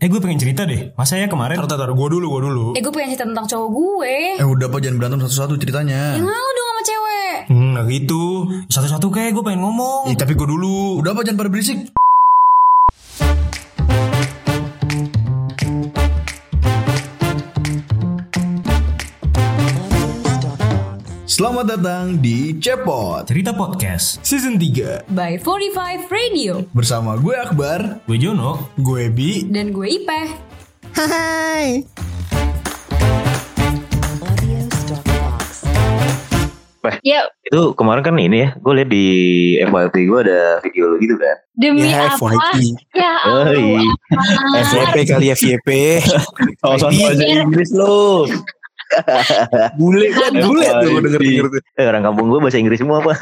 Eh gue pengen cerita deh. Masa ya kemarin Tar, tar, tar. Gue dulu, gue dulu. Eh gue pengen cerita tentang cowok gue. Eh udah pak jangan berantem satu-satu ceritanya. Malu dong sama cewek. Hmm, nah gitu. satu-satu kayak gue pengen ngomong. Ih, tapi gue dulu. Udah pak jangan pada berisik. Selamat datang di Cepot Cerita podcast. Season 3. By 45 Radio. bersama gue Akbar. Gue Jono. Gue Bi. Dan gue Ipeh. Weh, Ya, itu kemarin kan ini ya, gue liat di FYP gue ada video lu gitu kan. demi Ya, apa? FYP. Ya, Oh, iya. Oi. FYP kali ya FYP Oh, soal bahasa Inggris lu. Bule kan Bule tuh gue denger-denger tuh Eh, orang kampung gue bahasa Inggris semua apa?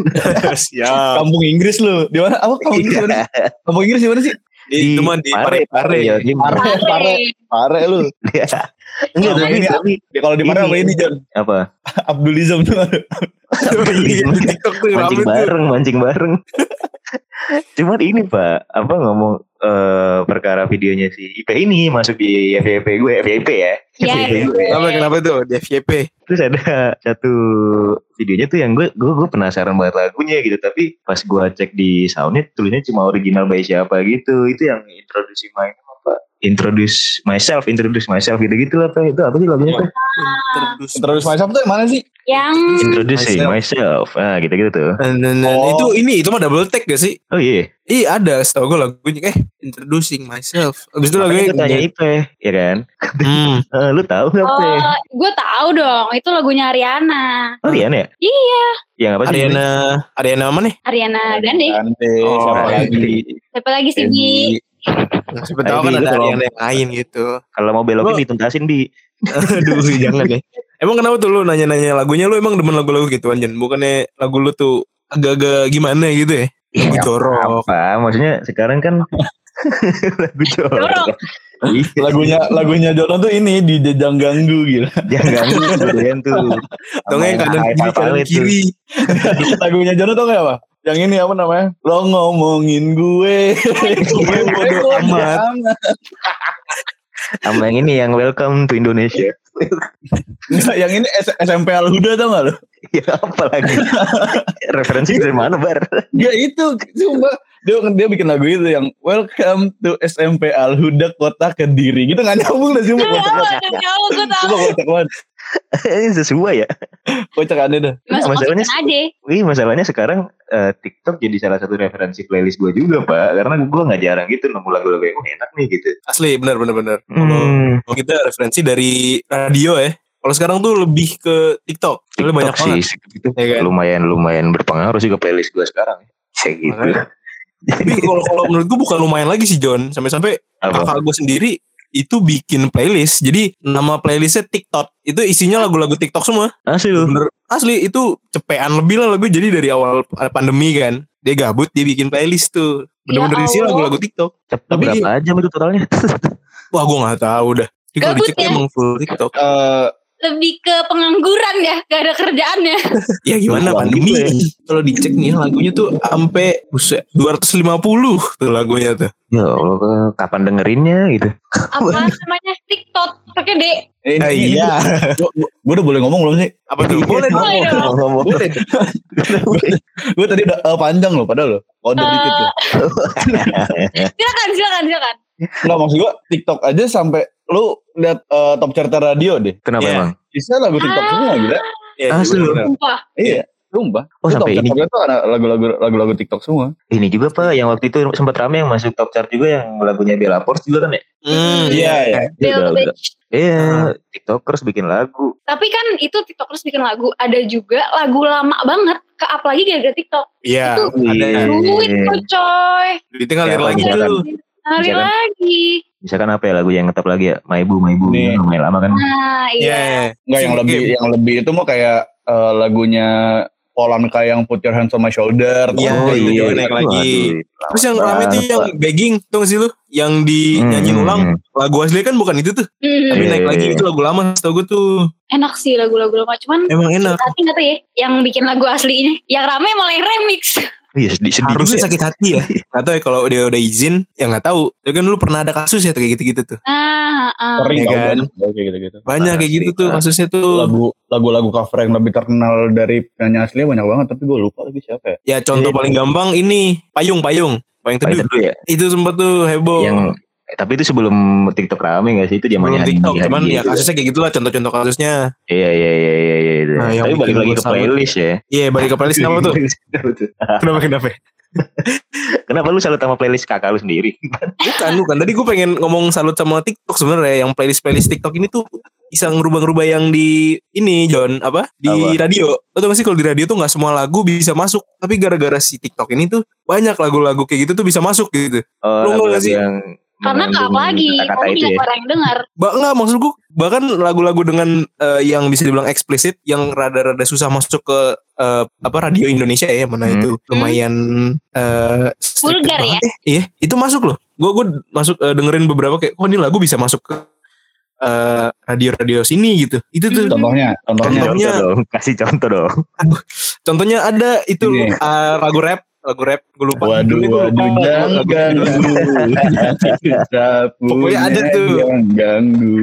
Siap Kampung Inggris lu Di mana? Apa kampung Inggris mana? sih? Kampung Inggris di mana sih? Di cuman di Pare. Pare-Pare Iya, di Pare. Pare Pare lu Enggak, tapi, Ini- tapi Ya, Kalau di Pare Ini. apa ini John? apa? Abdulizam tuh Iya, TikTok tuh mancing bareng, mancing bareng. Cuman ini pak, apa ngomong eh, perkara videonya si IP ini masuk di FYP gue, FYP ya. Ya, FYP gue. Kenapa kenapa tuh di FYP terus ada satu videonya tuh yang gue gue, gue penasaran banget lagunya gitu tapi pas gue cek di Soundnet tulisnya cuma original by siapa gitu itu yang introduce my apa introduce myself introduce myself gitu gitu lah Pe. itu apa sih lagunya tuh Terus myself tuh yang mana sih? yang introducing myself ah gitu gitu tuh Nah, Oh. Itu ini itu mah double take gak sih? oh iya Ih ada setahu gue lagunya eh introducing myself. Abis itu makanya gue tanya lagunya Ipe ya kan hmm. Eh, lu tahu nggak Pe? Oh, gue tahu dong. Itu lagunya Ariana. oh Rian ya Iya, yang apa sih Ariana Ariana mana nih? Ariana Grande. Kante, Oh, Eh, siapa Ah, lagi? gitu. Siapa lagi sih Bi? Siapa tahu Ayo, kan Bi, lu ada kalau- Ariana yang lain gitu. kalau mau belokin Gua- dituntasin di Aduh jangan deh. Emang kenapa tuh lu nanya-nanya lagunya lu emang demen lagu-lagu gitu anjen? Bukannya lagu lu tuh agak-agak gimana gitu ya? Lagu jorok. apa maksudnya sekarang kan lagu jorok Iya. Lagunya lagunya Jono tuh ini di Jejang Ganggu gitu. Jangan ganggu kalian tuh. Tau nggak yang Sama kanan kiri kanan Haikal Palet tuh. kiri. lagunya Jono tuh kayak apa? Yang ini apa namanya? Lo ngomongin gue. gue bodo amat. Sama yang ini yang welcome to Indonesia. Enggak, yang ini S- SMP Al Huda tau gak lo? ya apalagi referensi dari mana bar? Ya itu, sumpah. Dia, dia bikin lagu itu yang Welcome to SMP Al Huda Kota Kediri. Gitu gak nyambung dah sumpah. Kocak banget. Aduh, tahu, gue tahu. Sumpah kocak banget. Ini sesuai ya. Kocak aneh dah. Masuk masukin Masalahnya- aja. Wih masalahnya sekarang eh, TikTok jadi salah satu referensi playlist gue juga pak, karena gue nggak jarang gitu nemu lagu-lagu yang enak nih gitu. Asli benar benar benar. Hmm. Kalau kalau kita referensi dari radio ya. Kalau sekarang tuh lebih ke TikTok. Soalnya banyak TikTok banget. sih itu Ya kan? lumayan lumayan berpengaruh sih ke playlist gue sekarang. Kayak gitu. Tapi kalau kalau menurut gue bukan lumayan lagi sih John. Sampai-sampai Apa? kakak gue sendiri itu bikin playlist. Jadi nama playlistnya TikTok. Itu isinya lagu-lagu TikTok semua. Asli lu. Bener. Asli itu cepean lebih lah lagu. Jadi dari awal pandemi kan. Dia gabut dia bikin playlist tuh. Bener-bener Ya isinya Allah. lagu-lagu TikTok. Tapi Tapi- berapa jam itu totalnya? Wah gue gak tahu dah. Jadi kalau Gabut dicek ya? emang full TikTok. Eh, Lebih ke pengangguran ya, gak ada kerjaannya. Ya gimana Wah, pandemi. gitu Kalau dicek nih lagunya tuh sampai buset, 250 tuh lagunya tuh. Ya Allah, kapan dengerinnya gitu? Apa namanya? TikTok pakai D. ini, Nah, ini- iya. Gue udah boleh ngomong belum sih? Iya. Apa tuh? Boleh dong. Boleh dong. Ngomong-ngomong. Gue tadi udah eh, panjang loh padahal loh. Order Eh. dikit loh. Silakan, silakan, silakan. Nggak maksud gue TikTok aja sampai lu lihat eh, top charter radio deh. Kenapa Iya. emang? Isinya lagu TikTok semua gila. Ya, Asli lu. bener. Sumpah. Iya. Sumpah. Ah, Oh, Itu sampai top ini. charter itu ada lagu-lagu lagu-lagu TikTok semua. Ini juga pak, yang waktu itu sempat rame yang masuk top chart juga yang lagunya Bella Force juga kan ya? Hmm, Iya, iya. Iya, Bill udah, Gates. udah. Iya, tiktokers bikin lagu. Tapi kan itu tiktokers bikin lagu, ada juga lagu lama banget ke up lagi gara-gara TikTok. Iya. Itu Ada ya. duit tuh coy. Duitnya ngalir Siapa lagi yang tuh. silakan? Hari Silakan. lagi. Misalkan apa ya lagu yang ngetop lagi ya? Maibu, Maibu, Nih. Itu lumayan lama kan? Nah, Iya. iya. Nggak yang lebih yang lebih itu mau kayak eh, lagunya Polanka yang Put Your Hands on My Shoulder. Oh, Iya, Tuh, itu juga Oh, itu naik lagi. aduh, lama Terus yang rame tuh banget, yang Pak. begging tuh nggak sih lu? Yang Hmm, dinyanyiin Iya. hmm, ulang hmm. lagu asli kan bukan itu tuh. Hmm, Tapi Iya, naik iya, lagi iya. itu lagu lama setahu gue tuh. enak sih lagu-lagu lama. Cuman Iya. Emang enak. tapi nggak tahu ya, yang bikin lagu asli ini, yang rame malah yang remix. Iya sedih sedih Harusnya juga. ya. sakit hati ya. Atau ya kalau dia udah izin, ya nggak tahu. Ya kan lu pernah ada kasus ya kayak gitu-gitu tuh. Ah, Oh, ah. Sering Iya tau kan? banyak kayak gitu-gitu. Parah Banyak kayak gitu sih, tuh parah. kasusnya tuh. Lagu lagu-lagu cover yang lebih terkenal dari penyanyi aslinya banyak banget tapi gue lupa lagi siapa ya. Ya contoh Iya. paling gampang ini payung payung payung Paling teduh. teduh ya. Itu sempat tuh heboh. Yang tapi itu sebelum TikTok rame gak sih itu Belum zamannya hari TikTok, hari cuman gitu ya kasusnya kayak gitulah contoh-contoh kasusnya. Iya iya iya iya iya. iya. Nah, yang Tapi balik bikin lagi gua ke salut. playlist ya. Iya, balik ke playlist kenapa tuh? Kenapa kenapa? Kenapa lu salut sama playlist kakak lu sendiri? Bukan, bukan. Tadi gue pengen ngomong salut sama TikTok sebenarnya. Yang playlist-playlist TikTok ini tuh bisa ngerubah-ngerubah yang di ini John apa di Apa? radio atau masih kalau di radio tuh nggak semua lagu bisa masuk tapi gara-gara si TikTok ini tuh banyak lagu-lagu kayak gitu tuh bisa masuk gitu Oh, Lu lagu-lagu nggak sih? yang Karena mengandung nggak lagi, Kata-kata kamu itu bilang ya. orang yang dengar. Ba nggak maksud gue bahkan lagu-lagu dengan eh, yang bisa dibilang eksplisit yang rada-rada susah masuk ke eh, apa radio Indonesia ya mana Hmm. itu lumayan eh, stricted Vulgar ya? banget Iya, itu masuk loh. Gue gue masuk eh, dengerin beberapa kayak oh ini lagu bisa masuk ke eh, radio-radio sini gitu. Itu tuh Hmm. Contohnya, Kasih contohnya. contoh Contohnya- dong, kasih contoh dong. contohnya ada itu Ini. eh, lagu rap, lagu rap gue lupa. Waduh, judulnya gua lupa. waduh, jangan ganggu. Pokoknya ada tuh. Jangan ganggu.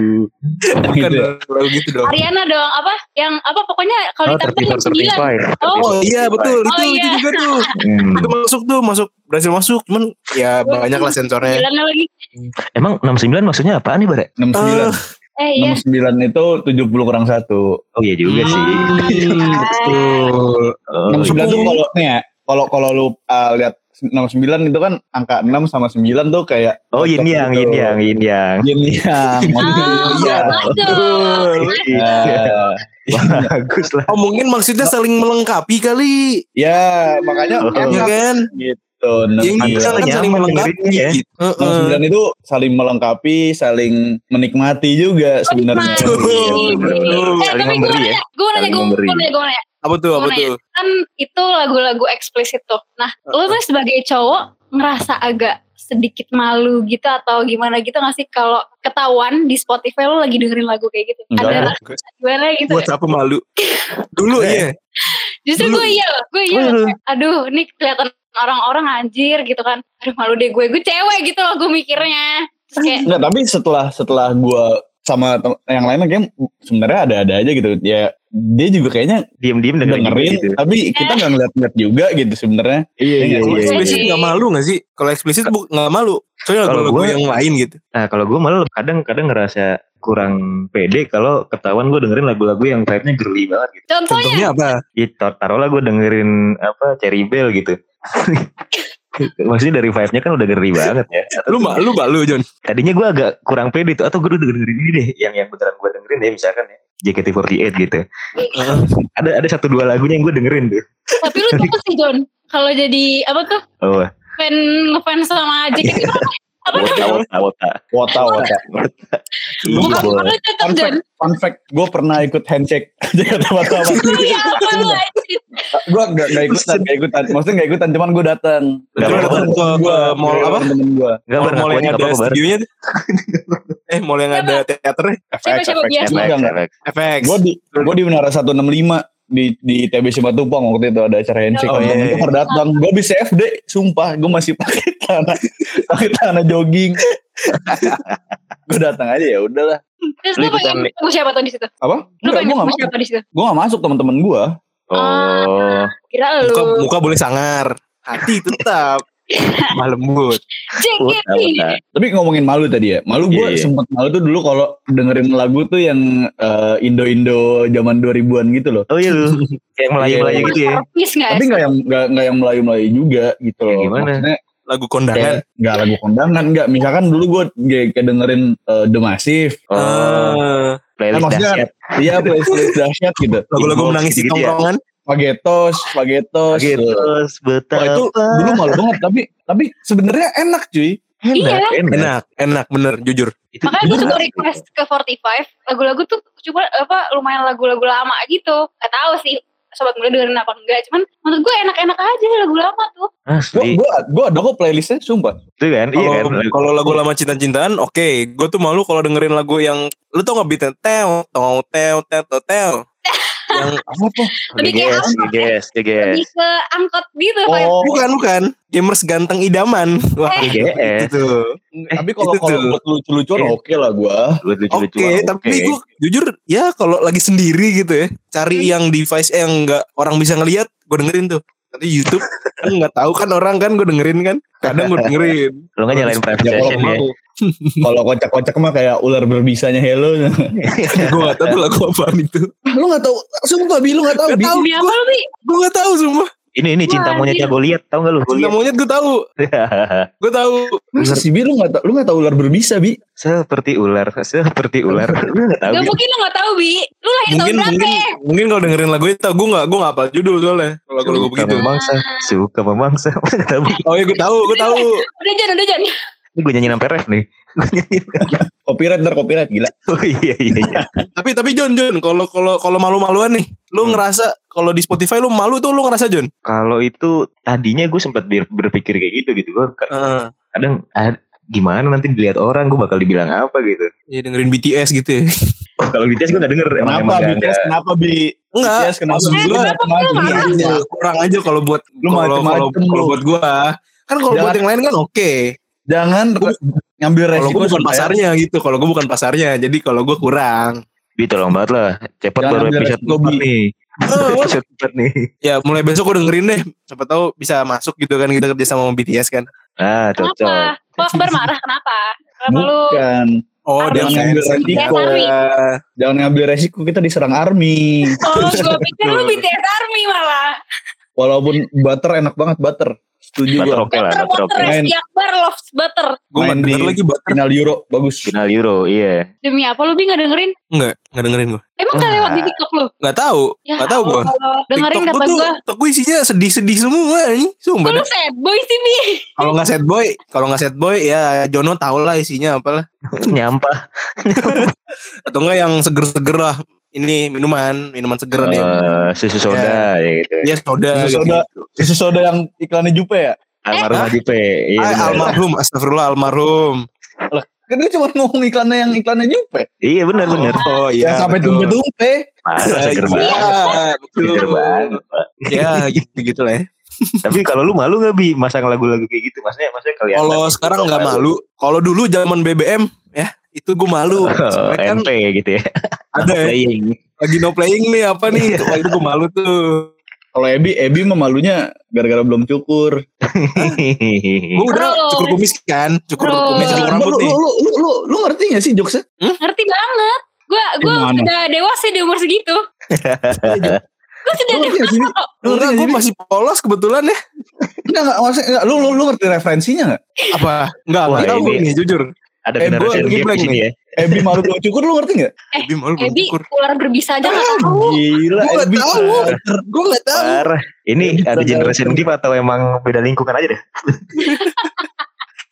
ya, Bukan lagu gitu dong. Ariana dong apa yang apa pokoknya kalau ditampilkan jam sembilan. ya. Oh, Oh iya betul itu Oh, itu iya. juga tuh. Hmm. Itu masuk tuh masuk berhasil masuk cuman ya Gua banyak lah sensornya. sembilan lagi. Emang 69 maksudnya apaan nih, Bare? 69. Eh iya. Hmm, 69 itu 70 kurang 1. Oh iya juga Hmm. sih. kan. Betul. Oh, Enam iya. 69 sepuluh. tuh kalau nih ya, kalau kalau lu uh, lihat 69 itu kan angka 6 sama 9 tuh kayak ya, oh yin yang, yin yang, yin yang. Yin yang. Ah, Iya. waduh. Nah, Iya, Bagus lah. Oh mungkin maksudnya saling melengkapi kali. Ya, makanya Oh. Iya enak kan? gitu. Yang gitu kan 69 saling nyaman melengkapi. dengerinnya Iya, ya. gitu. Heeh. 69 itu saling melengkapi, saling menikmati juga sebenarnya. nikmati. Betul, betul. Eh, Saling tapi gue memberi nanya, ya. gue nanya, Saling gue memberi. nanya, gue nanya. Apa tuh? Apa Gimana ya? tuh? Kan itu lagu-lagu eksplisit tuh. Nah, Uh-uh. lu tuh sebagai cowok ngerasa agak sedikit malu gitu atau gimana gitu gak sih kalau ketahuan di Spotify lu lagi dengerin lagu kayak gitu? Enggak, Ada rasa gimana gitu? Buat apa malu? Dulu ya. Justru gue iya loh, gue iya. Dulu. loh. Aduh, ini kelihatan orang-orang anjir gitu kan. Aduh malu deh gue, gue cewek gitu loh gue mikirnya. Terus kayak Enggak, tapi setelah setelah gua sama tem- yang lain kayak sebenarnya ada-ada aja gitu. Ya dia juga kayaknya Diam-diam dengerin, dengerin, gitu. tapi kita nggak ngeliat-ngeliat juga gitu sebenarnya. Iya, iya, Kalau iya. eksplisit iya. iya. nggak malu nggak sih? Kalau eksplisit bu nggak malu. Soalnya Kalau lagu lagu gua- yang lain gitu. Nah, kalau gue malah kadang-kadang ngerasa kurang pede kalau ketahuan gue dengerin lagu-lagu yang vibe-nya girly banget gitu. contohnya Contohnya apa? Gitu, taruhlah gue dengerin apa Cherry Bell gitu. Maksudnya dari vibe-nya kan udah girly banget ya. Iya. Lu mbak, lu mbak lu John. Tadinya gue agak kurang pede tuh. Atau gue udah dengerin ini deh. Yang yang beneran gue dengerin ya misalkan ya. JKT48 gitu. ada ada satu dua lagunya yang gue dengerin tuh. Tapi lu tau sih Don, kalau jadi apa tuh Oh, fan ngefans sama JKT apa wota, wota, wota. Wota wota. Iya, Bukan boleh. lu tetap Fun Don. fact, fun fact, gue pernah ikut handshake. Jadi kata kata Lu ya apa lu anjir. Gue nggak nggak ikutan, nggak ikutan. Maksudnya nggak ikutan, cuman gue datang. Nggak Lu apa-apa. datang ke ke mall apa? Temen gue. Enggak Mall pernah mall aku yang aja, nggak ada apa-apa, Bar. studionya. tuh. Eh mall yang ada teaternya. Coba coba biar Efek, Enggak, enggak. efek. FX. Gue di gue di Menara 165 di di TBC Matupang waktu itu ada acara handshake. Oh, Oh, iya, iya. Gue pernah datang. Gue bisa FD. Sumpah, gue masih pakai tanah pakai tanah jogging. gue datang aja ya udahlah. Terus Lu lu pengen ikutan- ketemu siapa tuh di situ? Apa? Lu gitu. pengen Enggak, gue nggak ketemu masuk. siapa di situ? Gue nggak masuk teman-teman gue. Oh, Kira Muka, lu muka boleh sangar. Hati tetap. Malam lembut. wota, JKT. wota. Tapi ngomongin malu tadi ya, malu gue Iya, iya. sempet malu tuh dulu kalau dengerin lagu tuh yang eh, Indo-Indo zaman 2000-an gitu loh. Oh iya lu. Kayak Melayu-Melayu Iya. gitu ya. Masterpiece nggak Tapi sih? nggak yang nggak nggak yang melayu-melayu juga gitu Ya, loh. gimana? Maksudnya Lagu kondangan. nggak lagu kondangan nggak. Misalkan dulu gue kayak dengerin eh, The Massive, Oh, Eh, playlist maksudnya- dahsyat. iya playlist playlist dahsyat gitu. Lagu-lagu menangis di Gitu ya. tongkrongan. Pagetos, Pagetos. Gitu, eh, Wah, betapa. itu dulu malu banget tapi tapi sebenarnya enak cuy. Iya. enak. Enak, enak bener, jujur. Itu- Makanya gue itu juga enak. request ke 45 lagu-lagu tuh cuma apa lumayan lagu-lagu lama gitu. Gak tahu sih sobat muda dengerin apa enggak. Cuman menurut gue enak-enak aja lagu lama tuh. Gue Asli. gue gue ada kok playlistnya sumpah. Itu kan, iya kan. Kalau kalau lagu lama cinta-cintaan, oke. Gue tuh malu kalau dengerin lagu yang lu tau nggak beatnya teo, tau teo, teo, teo. yang apa? Lebih kayak Geges, angkot, geges, geges. lebih ke angkot gitu Pak. Oh, Bukan, bukan. Gamers ganteng idaman. Wah, Eh. IGS. itu tuh. tapi kalau itu tuh. kalau buat lucu-lucuan Eh. oke lah gua. Buat Oke, lucu-lucuan, tapi oke. gue jujur ya kalau lagi sendiri gitu ya, cari yang device eh, yang nggak orang bisa ngelihat, gue dengerin tuh. Nanti YouTube kan nggak tahu kan orang kan gue dengerin kan, kadang gue dengerin. Lo nggak nyalain private Ya kalau session ya? mau kalau kocak-kocak mah kayak ular berbisanya hello. gue nggak tahu tuh lagu apaan itu. Lu gak tau, sumpah Bi lu gak tau. Gak Bi. tahu, Demi apa lu Bi? gue nggak tahu semua. Ini ini cinta Wah, monyetnya anjir. gue lihat, tau nggak lu? Gue Cinta Iya. monyet gue tahu, gue tahu. Masa sih Bi lu enggak tahu lu enggak tahu ular berbisa, Bi? seperti ular, seperti ular. Lu nggak tahu? Gak Bi. mungkin lu gak tahu Bi. Lu lahir tahun Mungkin berapa mungkin ya? mungkin kalau dengerin lagu itu, gue nggak gue nggak apa judul soalnya. Kalau lagu-lagu Suka begitu. memangsa, suka memangsa. Tapi Oh ya gue tahu, gue tahu. Udah jangan, udah jangan. ini gue nyanyi sampai ref nih. Gua nyanyiin. Copyright ntar copyright gila. Oh iya iya iya. Tapi tapi John John, kalau kalau kalau malu-maluan nih, lu Hmm. ngerasa kalau di Spotify lu malu tuh lu ngerasa John? Kalau itu tadinya gue sempat ber- berpikir kayak gitu gitu. Gue kadang ah, gimana nanti dilihat orang gue bakal dibilang apa gitu. Ya dengerin BTS gitu ya. Oh, kalau BTS gue gak denger. Emang Kenapa emang gak BTS? ada. Kenapa Bi? Enggak, BTS kenapa? maksud Eh, gua- kenapa lu Gini marah? aja. Iya, kurang aja kalau buat Lu kalau macem-macem kalau- lu. kalau buat gua kan kalau buat Jangan- yang lain kan oke Jangan re- ngambil kalau resiko ya. gua bukan supaya- pasarnya gitu kalau gua bukan pasarnya jadi kalau gua kurang Bi tolong banget Gitu lah. Cepet Jangan baru ambil episode resiko, 4 Bi. nih. Eh, wah. episode 4 nih. ya mulai besok gua dengerin deh siapa tahu bisa masuk gitu kan kita kerja sama sama BTS kan Ah Kenapa? cocok. Lu Akbar marah kenapa? Kenapa lu? Bukan. oh Harus dia fans Jangan ngambil BTS resiko. Army. kan. Jangan ngambil resiko kita diserang army. Oh, gue pikir lu BTS Army malah. Walaupun butter enak banget butter. Setuju Butter gua. oke Iya lah. Butter, Butter oke. butter, Main. si Akbar loves butter. gua nggak Main denger di- lagi buat Final Euro bagus. Final Euro iya. Demi apa lu Bi gak dengerin? enggak enggak dengerin gua Emang gak lewat di TikTok lu? enggak tahu Ya, enggak tahu gua Allah. Dengerin TikTok kata tuh, gue. TikTok gua isinya sedih-sedih semua ini. Sumpah. Kok lu dah. sad boy sih Bi? Kalau nggak sad boy, kalau nggak sad boy ya Jono tau lah isinya apalah. Nyampah. Atau enggak yang seger-seger lah. Ini minuman, minuman seger nih. Eh, susu soda ya gitu. Ya soda. gitu. Susu soda, susu soda yang iklannya Jupe ya? Almarhum Haji P. Iya Ah, benar. almarhum, astagfirullah almarhum. Kan dia cuma ngomong iklannya yang iklannya Jupe. Iya benar benar. Oh yang sampai tumpe-tumpe. Iya, Parah seger banget. Seger banget. Pak. Ya gitu-gitu lah ya. Tapi kalau lu malu gak Bi masang lagu-lagu kayak gitu? Maksudnya maksudnya Iya, kalian Kalau sekarang nggak malu, kalau dulu zaman BBM ya itu gue malu. Sebenarnya kan MP gitu ya. ada ya, Playing. lagi no playing nih apa nih? Iya. Wah itu gue malu tuh. Kalau Ebi, Ebi memalunya gara-gara belum cukur. Gue Bro. udah cukur kumis kan, cukur Bro. kumis cukur rambut lu, nih. lu, lu, lu, lu ngerti gak sih jokesnya? Ngerti banget. Gue gue Gimana? udah dewasa di umur segitu. Gue sudah Lu ngerti dewasa gak sih? Bi? kok. Enggak, Lu ngerti gak gue sih? Bi? masih polos kebetulan ya. Enggak, enggak, maksudnya, enggak, lu, lu, lu ngerti referensinya gak? Apa? Enggak, Wah, enggak tahu ini- nih jujur. Ada Eh, generasi gua lagi gap blank di sini nih. ya. Ebi malu belum cukur, lu ngerti gak? Ebi malu belum Ebi cukur. ular berbisa aja gak tahu. Gila, Gua nggak Ebi. tahu. Gue nggak tahu. Parah. Ini Bisa ada jalan. generasi gap atau emang beda lingkungan aja deh?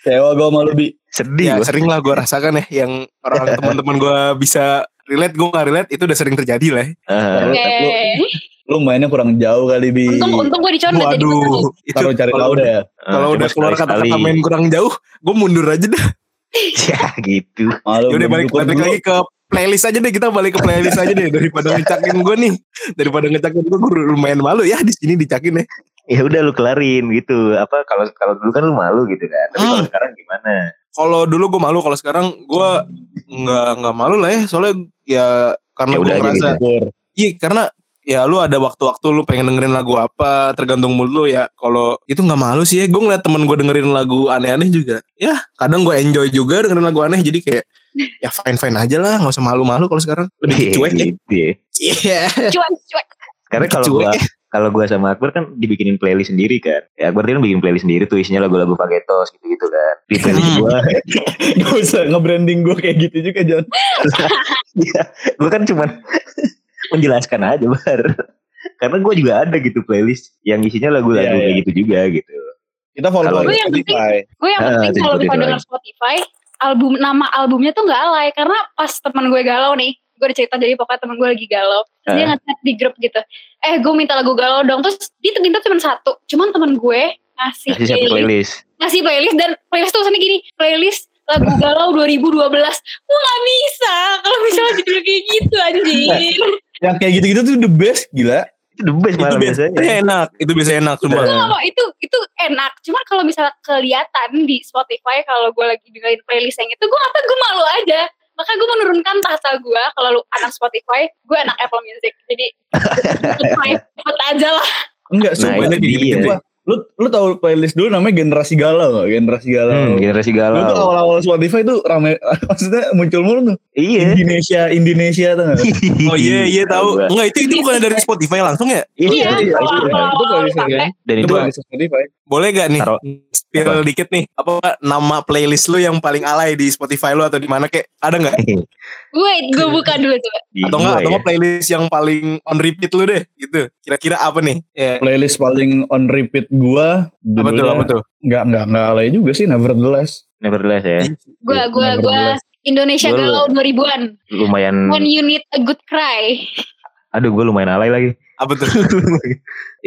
Sewa gue malu, Bi. Sedih Ya gua. sering lah gue rasakan ya yang orang teman-teman gue bisa relate gue nggak relate itu udah sering terjadi lah. ya. Eh, Oke. Lu mainnya kurang jauh kali, Bi. Untung untung gue dicondet jadi bener. Waduh, itu Taruh cari kalau tahu udah- deh. Ah, Kalau eh, udah cuma keluar sekali-sekali. kata-kata main kurang jauh, gue mundur aja deh. Ya gitu. Malu Udah belum balik cukur balik dulu. lagi ke playlist aja deh kita balik ke playlist aja deh daripada ngecakin gue nih daripada ngecakin gue gue lumayan malu ya di sini dicakin ya Ya udah lu kelarin gitu. Apa kalau kalau dulu kan lu malu gitu kan. Tapi kalau Hmm. sekarang gimana? kalau dulu gue malu kalau sekarang gue nggak nggak malu lah ya soalnya ya karena Ya gue udah aja ngerasa Cukur. iya karena ya lu ada waktu-waktu lu pengen dengerin lagu apa tergantung mood lu ya kalau itu nggak malu sih ya gue ngeliat temen gue dengerin lagu aneh-aneh juga ya kadang gue enjoy juga dengerin lagu aneh jadi kayak ya fine fine aja lah nggak usah malu-malu kalau sekarang lebih cuek ya Gitu ya. Iya. Cuek cuek. Karena kalau Cuek gua kalau gua sama Akbar kan dibikinin playlist sendiri kan. Ya Akbar dia kan bikin playlist sendiri tuh isinya lagu-lagu pagetos gitu-gitu kan. Di playlist Hmm. gua, Gak usah nge-branding gue kayak gitu juga, John. gua kan cuman menjelaskan aja Bar. Karena gua juga ada gitu playlist yang isinya lagu-lagu Iya, kayak iya. gitu juga gitu. Kita follow Kalau- follow Lu yang penting- Spotify. Gue yang Ah, penting jadi kalau misalnya Spotify. denger Spotify, album nama albumnya tuh gak alay karena pas teman gue galau nih. Gue udah cerita jadi pokoknya teman gue lagi galau. Terus dia ngechat di grup gitu. Eh, gue minta lagu galau dong. Terus dia tuh minta cuma satu. Cuman teman gue ngasih Kasih satu playlist. playlist. Ngasih playlist dan playlist tuh sana gini, playlist lagu galau 2012. Gue gak bisa kalau misalnya judul kayak gitu anjir. yang kayak gitu-gitu tuh the best gila Itu the best itu Iya. malah biasanya. biasanya enak itu biasanya enak cuma Itu nggak mau itu itu enak. Cuman kalau misalnya kelihatan di Spotify kalau gue lagi dengerin playlist yang itu, gue apa gue malu aja. Maka gue menurunkan tahta gue kalau lu anak Spotify, gue anak Apple Music. Jadi Spotify ikut aja lah. enggak Nah, sumpah itu banyak kayak dia. gitu-gitu Wah, lu lu tahu playlist dulu namanya generasi galau nggak? generasi galau Hmm, generasi Dulu tuh galau. awal-awal Spotify tuh rame maksudnya muncul mulu tuh Iya. Indonesia Indonesia tuh nggak? oh iya iya tahu enggak itu itu bukan dari Spotify langsung ya Iya, Iya. kalau iya. Itu awal-awal playlist dipakai. kan? Dan Itu itu playlist Spotify. boleh gak nih Taruh. spiral dikit nih apa nama playlist lu yang paling alay di Spotify lu atau di mana kek ada nggak Wait, gue buka dulu coba. atau enggak Gila atau ya. nggak playlist yang paling on repeat lu deh gitu kira-kira apa nih ya Playlist paling on repeat gua apa tuh judulnya- apa tuh Nggak nggak nggak alay juga sih nevertheless. Nevertheless ya. Iya, Gue gue Nomor gue Indonesia Gua- Hmm. galau 2000-an. Lumayan When you need a good cry. aduh gue lumayan alay lagi. apa tuh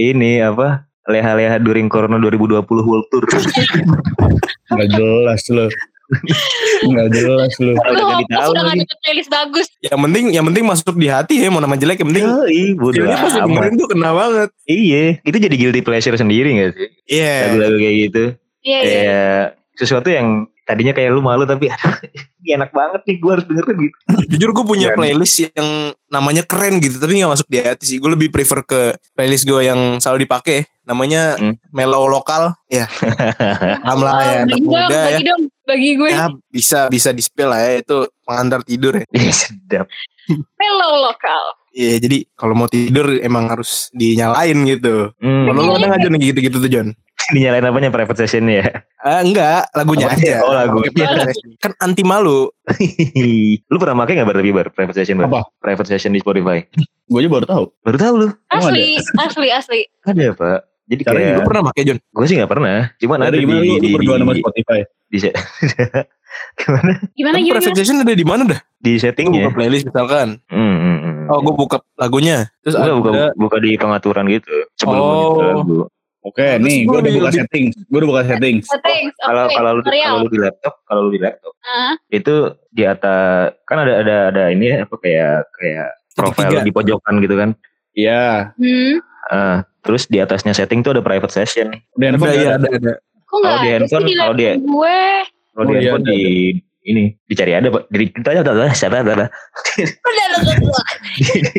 Ini apa? Leha-leha during Corona 2020 World Tour. Nggak jelas lu. Nggak jelas lu. Kalau Lu udah ganti hopeless tahun udah gak lagi. ada playlist bagus. yang penting yang penting masuk di hati ya mau nama jelek yang penting Yoi, bodo Feelnya pas lu amat. dengerin tuh kena banget Iya, itu jadi guilty pleasure sendiri gak sih? iya Lagu-lagu kayak gitu. Iya, iya. Kayak sesuatu yang tadinya kayak lu malu tapi aduh, ini enak banget nih gue harus dengerin gitu. jujur gue punya Iya. playlist yang namanya keren gitu tapi nggak masuk di hati sih gue lebih prefer ke playlist gue yang selalu dipakai namanya Hmm. mellow lokal ya Paham lah ya anak Oh, bagi dong, muda ya. bagi dong, bagi gue. ya bisa bisa di spill lah ya itu pengantar tidur ya Ih, Iya, Sedap. Hello lokal. Iya jadi kalau mau tidur emang harus dinyalain gitu. Hmm, Kalau lu ada nggak Jon yang gitu-gitu tuh Jon? dinyalain apanya private session ya? Eh, enggak, lagunya Apa aja. sih? Oh, lagunya. Kan anti malu. lu pernah pakai nggak berlebih bar private session bar? Apa? Private session di Spotify. Gue aja baru tahu. Baru tahu lu? Asli, asli, asli. Ada pak. Jadi Caranya kayak Lu pernah pakai Jon? gue sih nggak pernah. Cuman ada Ada di, gimana lu, lu di, berdua sama di, Spotify? di- gimana? Gimana Kan gimana? Perfect Session ada di mana dah? Di Gue buka Oh, settingnya. playlist misalkan. Hmm, hmm, hmm. Oh, gue buka lagunya. Terus buka, ada buka, buka di pengaturan gitu sebelum Oh. gitu lagu. Oke, Terus nih gua gue udah lebih- buka lebih- settings. Gue udah buka settings. Oh, thanks. Kalau Oke, kalau lu di- tutorial. kalau lu di laptop, kalau lu di laptop Ah, itu di atas kan ada ada ada ini ya, apa kayak kayak profil Tiga. di pojokan gitu kan. Iya. hmm. Ah, terus di atasnya setting tuh ada private session. Ada, Di handphone iya, ada. ya. ada, ada. Kok nggak Kalau di ada sih handphone, di kalau laptop di- gue? Kalau Oh, di iya, handphone ada, di ini dicari ada pak. Jadi kita aja ada ada ada Udah, udah, udah, udah.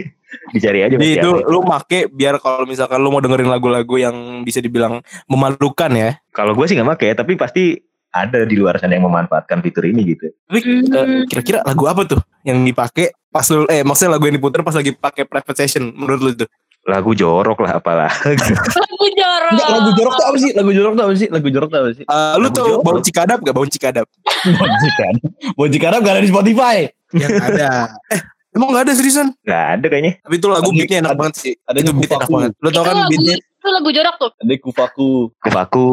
dicari aja. Jadi Iya, pasti itu ada. lu make biar kalau misalkan lu mau dengerin lagu-lagu yang bisa dibilang memalukan ya. Kalau gue sih nggak pakai, tapi pasti ada di luar sana yang memanfaatkan fitur ini gitu. Tapi Hmm. eh, kira-kira lagu apa tuh yang dipakai pas lu eh maksudnya lagu yang diputar pas lagi pakai private session menurut lu tuh? Lagu jorok lah apalah. Lagu jorok. Enggak, lagu jorok tuh apa sih? Lagu jorok tuh apa sih? Lagu jorok tuh apa sih? Eh, lu Lagu tau jorok. bau cikadap gak bau cikadap? Bojikan. Bojikan gak ada di Spotify. yang ada. Eh, emang gak ada seriusan? Nggak ada kayaknya. Tapi itu lagu Ada- beatnya enak ada- banget sih. ada itu yang beat enak kupaku. banget. Lu Itu tau kan lagu, beatnya? itu lagu jorok tuh. Ada kufaku. Kupaku.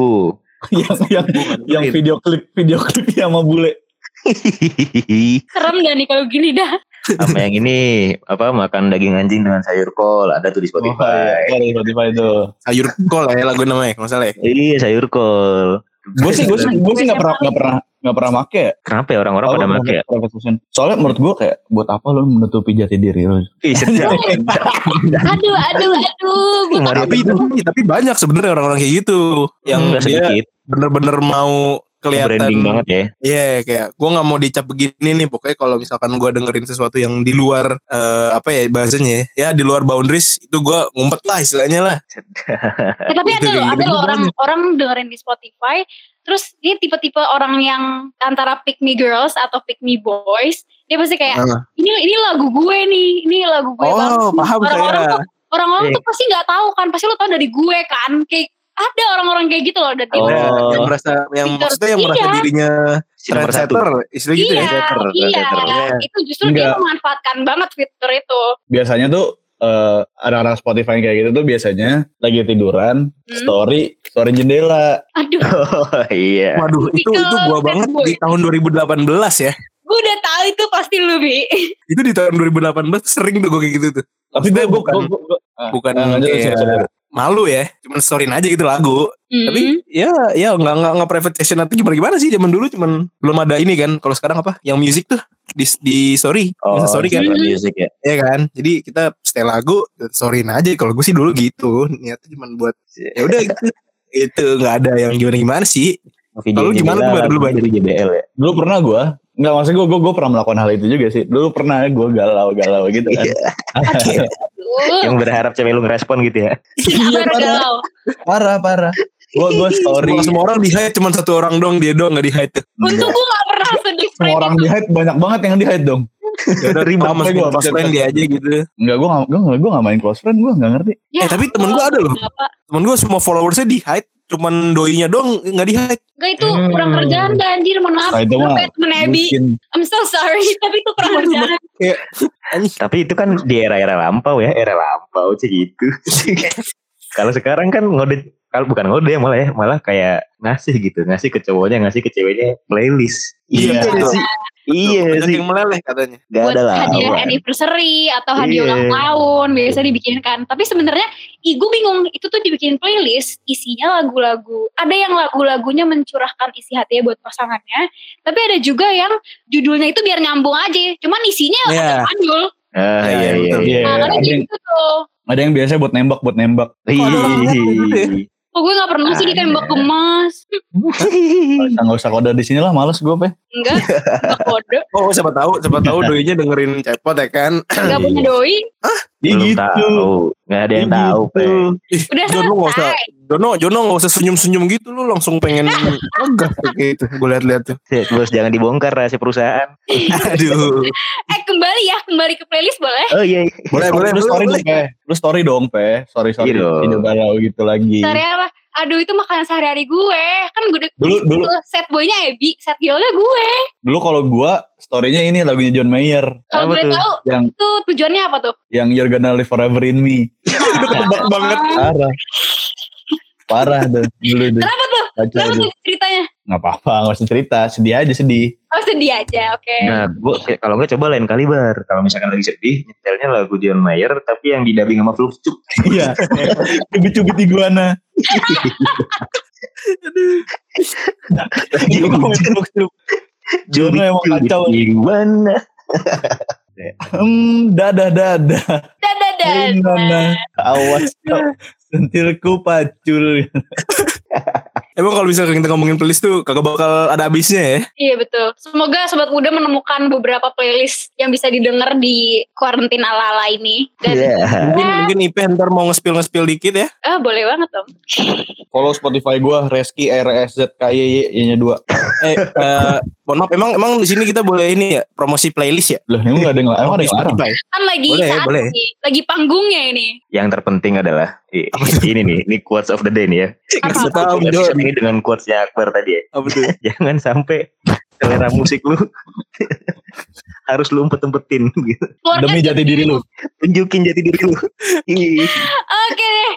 yang yang yang video klip video klipnya sama bule. Serem gak nih kalau gini dah? sama yang ini apa makan daging anjing dengan sayur kol ada tuh di Spotify. Oh, iya, Spotify itu. Sayur kol lah ya lagu namanya. Gak salah ya. Iya sayur kol. Gue sih gue sih gue sih nggak pernah nggak pernah nggak pernah make. ya. Kenapa ya Oh, orang-orang pada iya. Kalau make ya? private session. Soalnya menurut gue kayak buat apa lo menutupi jati diri lo? Ih sedap. Aduh, aduh, aduh. Gue Kemarin Tapi, tapi, tapi banyak sebenarnya orang-orang kayak gitu. Yang Nggak dia sedikit bener-bener mau kelihatan. branding banget ya. Iya kayak gue nggak mau dicap begini nih. Pokoknya kalau misalkan gue dengerin sesuatu yang di luar. eh, apa ya bahasanya ya. Ya di luar boundaries. Itu gue ngumpet lah istilahnya lah. Eh, tapi Itu ada loh, yang ada bener-bener loh orang orang dengerin di Spotify. Terus ini tipe-tipe orang yang antara pick me girls atau pick me boys, dia pasti kayak Ah. ini ini lagu gue nih, ini lagu gue banget. Oh paham Orang-orang saya. tuh orang-orang Iya. tuh pasti nggak tahu kan, pasti lo tau dari gue kan. Kayak ada orang-orang kayak gitu loh dan dia Oh, Nah, yang merasa yang Pinter. maksudnya yang merasa Iya. dirinya Si nomor satu. trendsetter istilah gitu iya, ya trendsetter, iya, trendsetter. itu justru dia Enggak. memanfaatkan banget fitur itu. Biasanya tuh eh anak-anak Spotify yang kayak gitu tuh biasanya lagi tiduran, Hmm. story, story jendela. Aduh, Oh iya. waduh itu itu gua Typical banget fanboy. di tahun 2018 ya gue udah tahu itu pasti lu bi. itu di tahun 2018 sering tuh gue kayak gitu tuh Tapi gue Maksudnya gue bukan- bukan Nah, kayak- malu ya cuman storyin aja gitu lagu tapi Mm. ya ya nggak nggak nggak private session atau gimana gimana sih zaman dulu cuman belum ada ini kan kalau sekarang apa yang music tuh di, di story Insta story kan genre Oh, music ya. Iya kan jadi kita setel lagu storyin aja kalau gue sih dulu gitu niatnya cuma buat ya udah gitu itu nggak ada yang gimana gimana sih Kalau lu Video gimana tuh, JBL, Bar? Dulu, Bar? Video JBL ya. Dulu pernah gue Enggak maksud gue, gue pernah melakukan hal itu juga sih. Dulu pernah gue galau-galau gitu Iya. kan. Yang berharap cewek lu ngerespon gitu ya. Iya, galau. parah parah. Gue gue story. semua, semua orang di hide cuma satu orang doang dia doang nggak di hide Untung gue gak pernah sedih. Semua orang di hide banyak banget yang di hide dong. Ya udah ribet Sampai masukin gua close friend dia aja gitu Enggak gue gue gue gak main close friend gue gak ngerti. Ya, eh tapi temen gue ada loh Bapak. temen gue semua followersnya di hide cuman doinya doang nggak di hide Gak itu kurang kerjaan dah anjir mohon maaf. Nah, Hmm. itu Lu mah kayak temen Abby. Mungkin I'm so sorry tapi itu Iya, kurang kerjaan. Tapi itu kan di era-era lampau ya, era lampau sih gitu. kalau sekarang kan ngode kalau bukan ngode ya malah ya, malah kayak ngasih gitu, ngasih ke cowoknya, ngasih ke ceweknya playlist. Iya. Gitu sih. Iya Banyak sih. yang meleleh katanya Gak buat ada lah. hadiah anniversary atau hadiah Iya. ulang tahun biasa dibikin kan tapi sebenarnya ih gue bingung itu tuh dibikin playlist isinya lagu-lagu ada yang lagu-lagunya mencurahkan isi hatinya buat pasangannya tapi ada juga yang judulnya itu biar nyambung aja cuman isinya Iya. agak panjul Ah, iya iya. Betul. Iya, nah ada kadang yang gitu tuh ada yang biasanya buat nembak buat nembak. Iya. kok gue gak pernah sih Ada. kan Ah, ditembak iya. gemas Nggak usah- Nggak usah kode di sini lah, males gue pe. enggak enggak kode oh siapa tahu siapa tahu doinya dengerin cepot ya kan enggak punya doi Iya Belum gitu. tahu. Gak ada yang Iya tahu, gitu. Pe. Ih, udah Jon, lu nggak usah selesai Jono, Jono gak usah senyum-senyum gitu lu langsung pengen megah kayak gitu. Gue lihat-lihat tuh. Ya, Terus jangan dibongkar rahasia perusahaan. Aduh. eh kembali ya kembali ke playlist boleh Oh iya. iya. Boleh, boleh, Lu story boleh. dong pe. Lu story dong pe. Sorry sorry. Iya dong. Video galau gitu lagi. Sorry apa? Aduh itu makanan sehari-hari gue Kan gue udah Dulu- dulu. Set boynya Ebi Set girlnya gue Dulu kalau gue storynya ini lagunya John Mayer Apa Kalau boleh tuh? tahu yang Iya. tuh tujuannya apa tuh? yang You're Gonna Live Forever in Me. Udah ketebak banget. Parah. Parah tuh dulu tuh. Kenapa tuh? Kacau Kenapa tuh. tuh ceritanya? Nggak apa-apa, nggak usah cerita. Sedih aja sedih. Oh sedih aja oke Nah, gua kalau nggak coba lain kali bar. Kalau misalkan lagi sedih, nyetelnya lagu John Mayer tapi yang didubbing sama Fluxcuk. Iya. Cubit-cubit iguana. Iya, Itu mau main peluk-peluk. Juri Jono emang kacau. Gimana? Hmm, dadah dadah. Dadah Iya, dadah Iguana. Awas kau. Sentilku pacul. Emang kalau bisa kita ngomongin playlist tuh kagak bakal ada habisnya ya. Iya betul Semoga Sobat Muda menemukan beberapa playlist Yang bisa didengar di Quarantine ala-ala ini Dan Iya. Mungkin Iya. mungkin Ipe ntar mau ngespil ngespil dikit ya. ah boleh banget dong Follow Spotify gua Reski R E S Z K Y Y nya dua. Eh, eh, mohon maaf emang emang di sini kita boleh ini ya promosi playlist ya. Loh, emang gak ada yang emang ada Di yang larang. Spotify. Kan lagi Boleh, saat boleh. ini, Lagi panggungnya ini Yang terpenting adalah i- ini nih, ini quotes of the day nih ya. Nggak Apa? tahu, Jon. Episode ini dengan quotesnya Akbar tadi ya. Apa tuh? Jangan sampai selera musik lu harus lu umpet-umpetin gitu. Keluarkan Demi jati diri lu. Tunjukin jati diri lu. Ih, Oke deh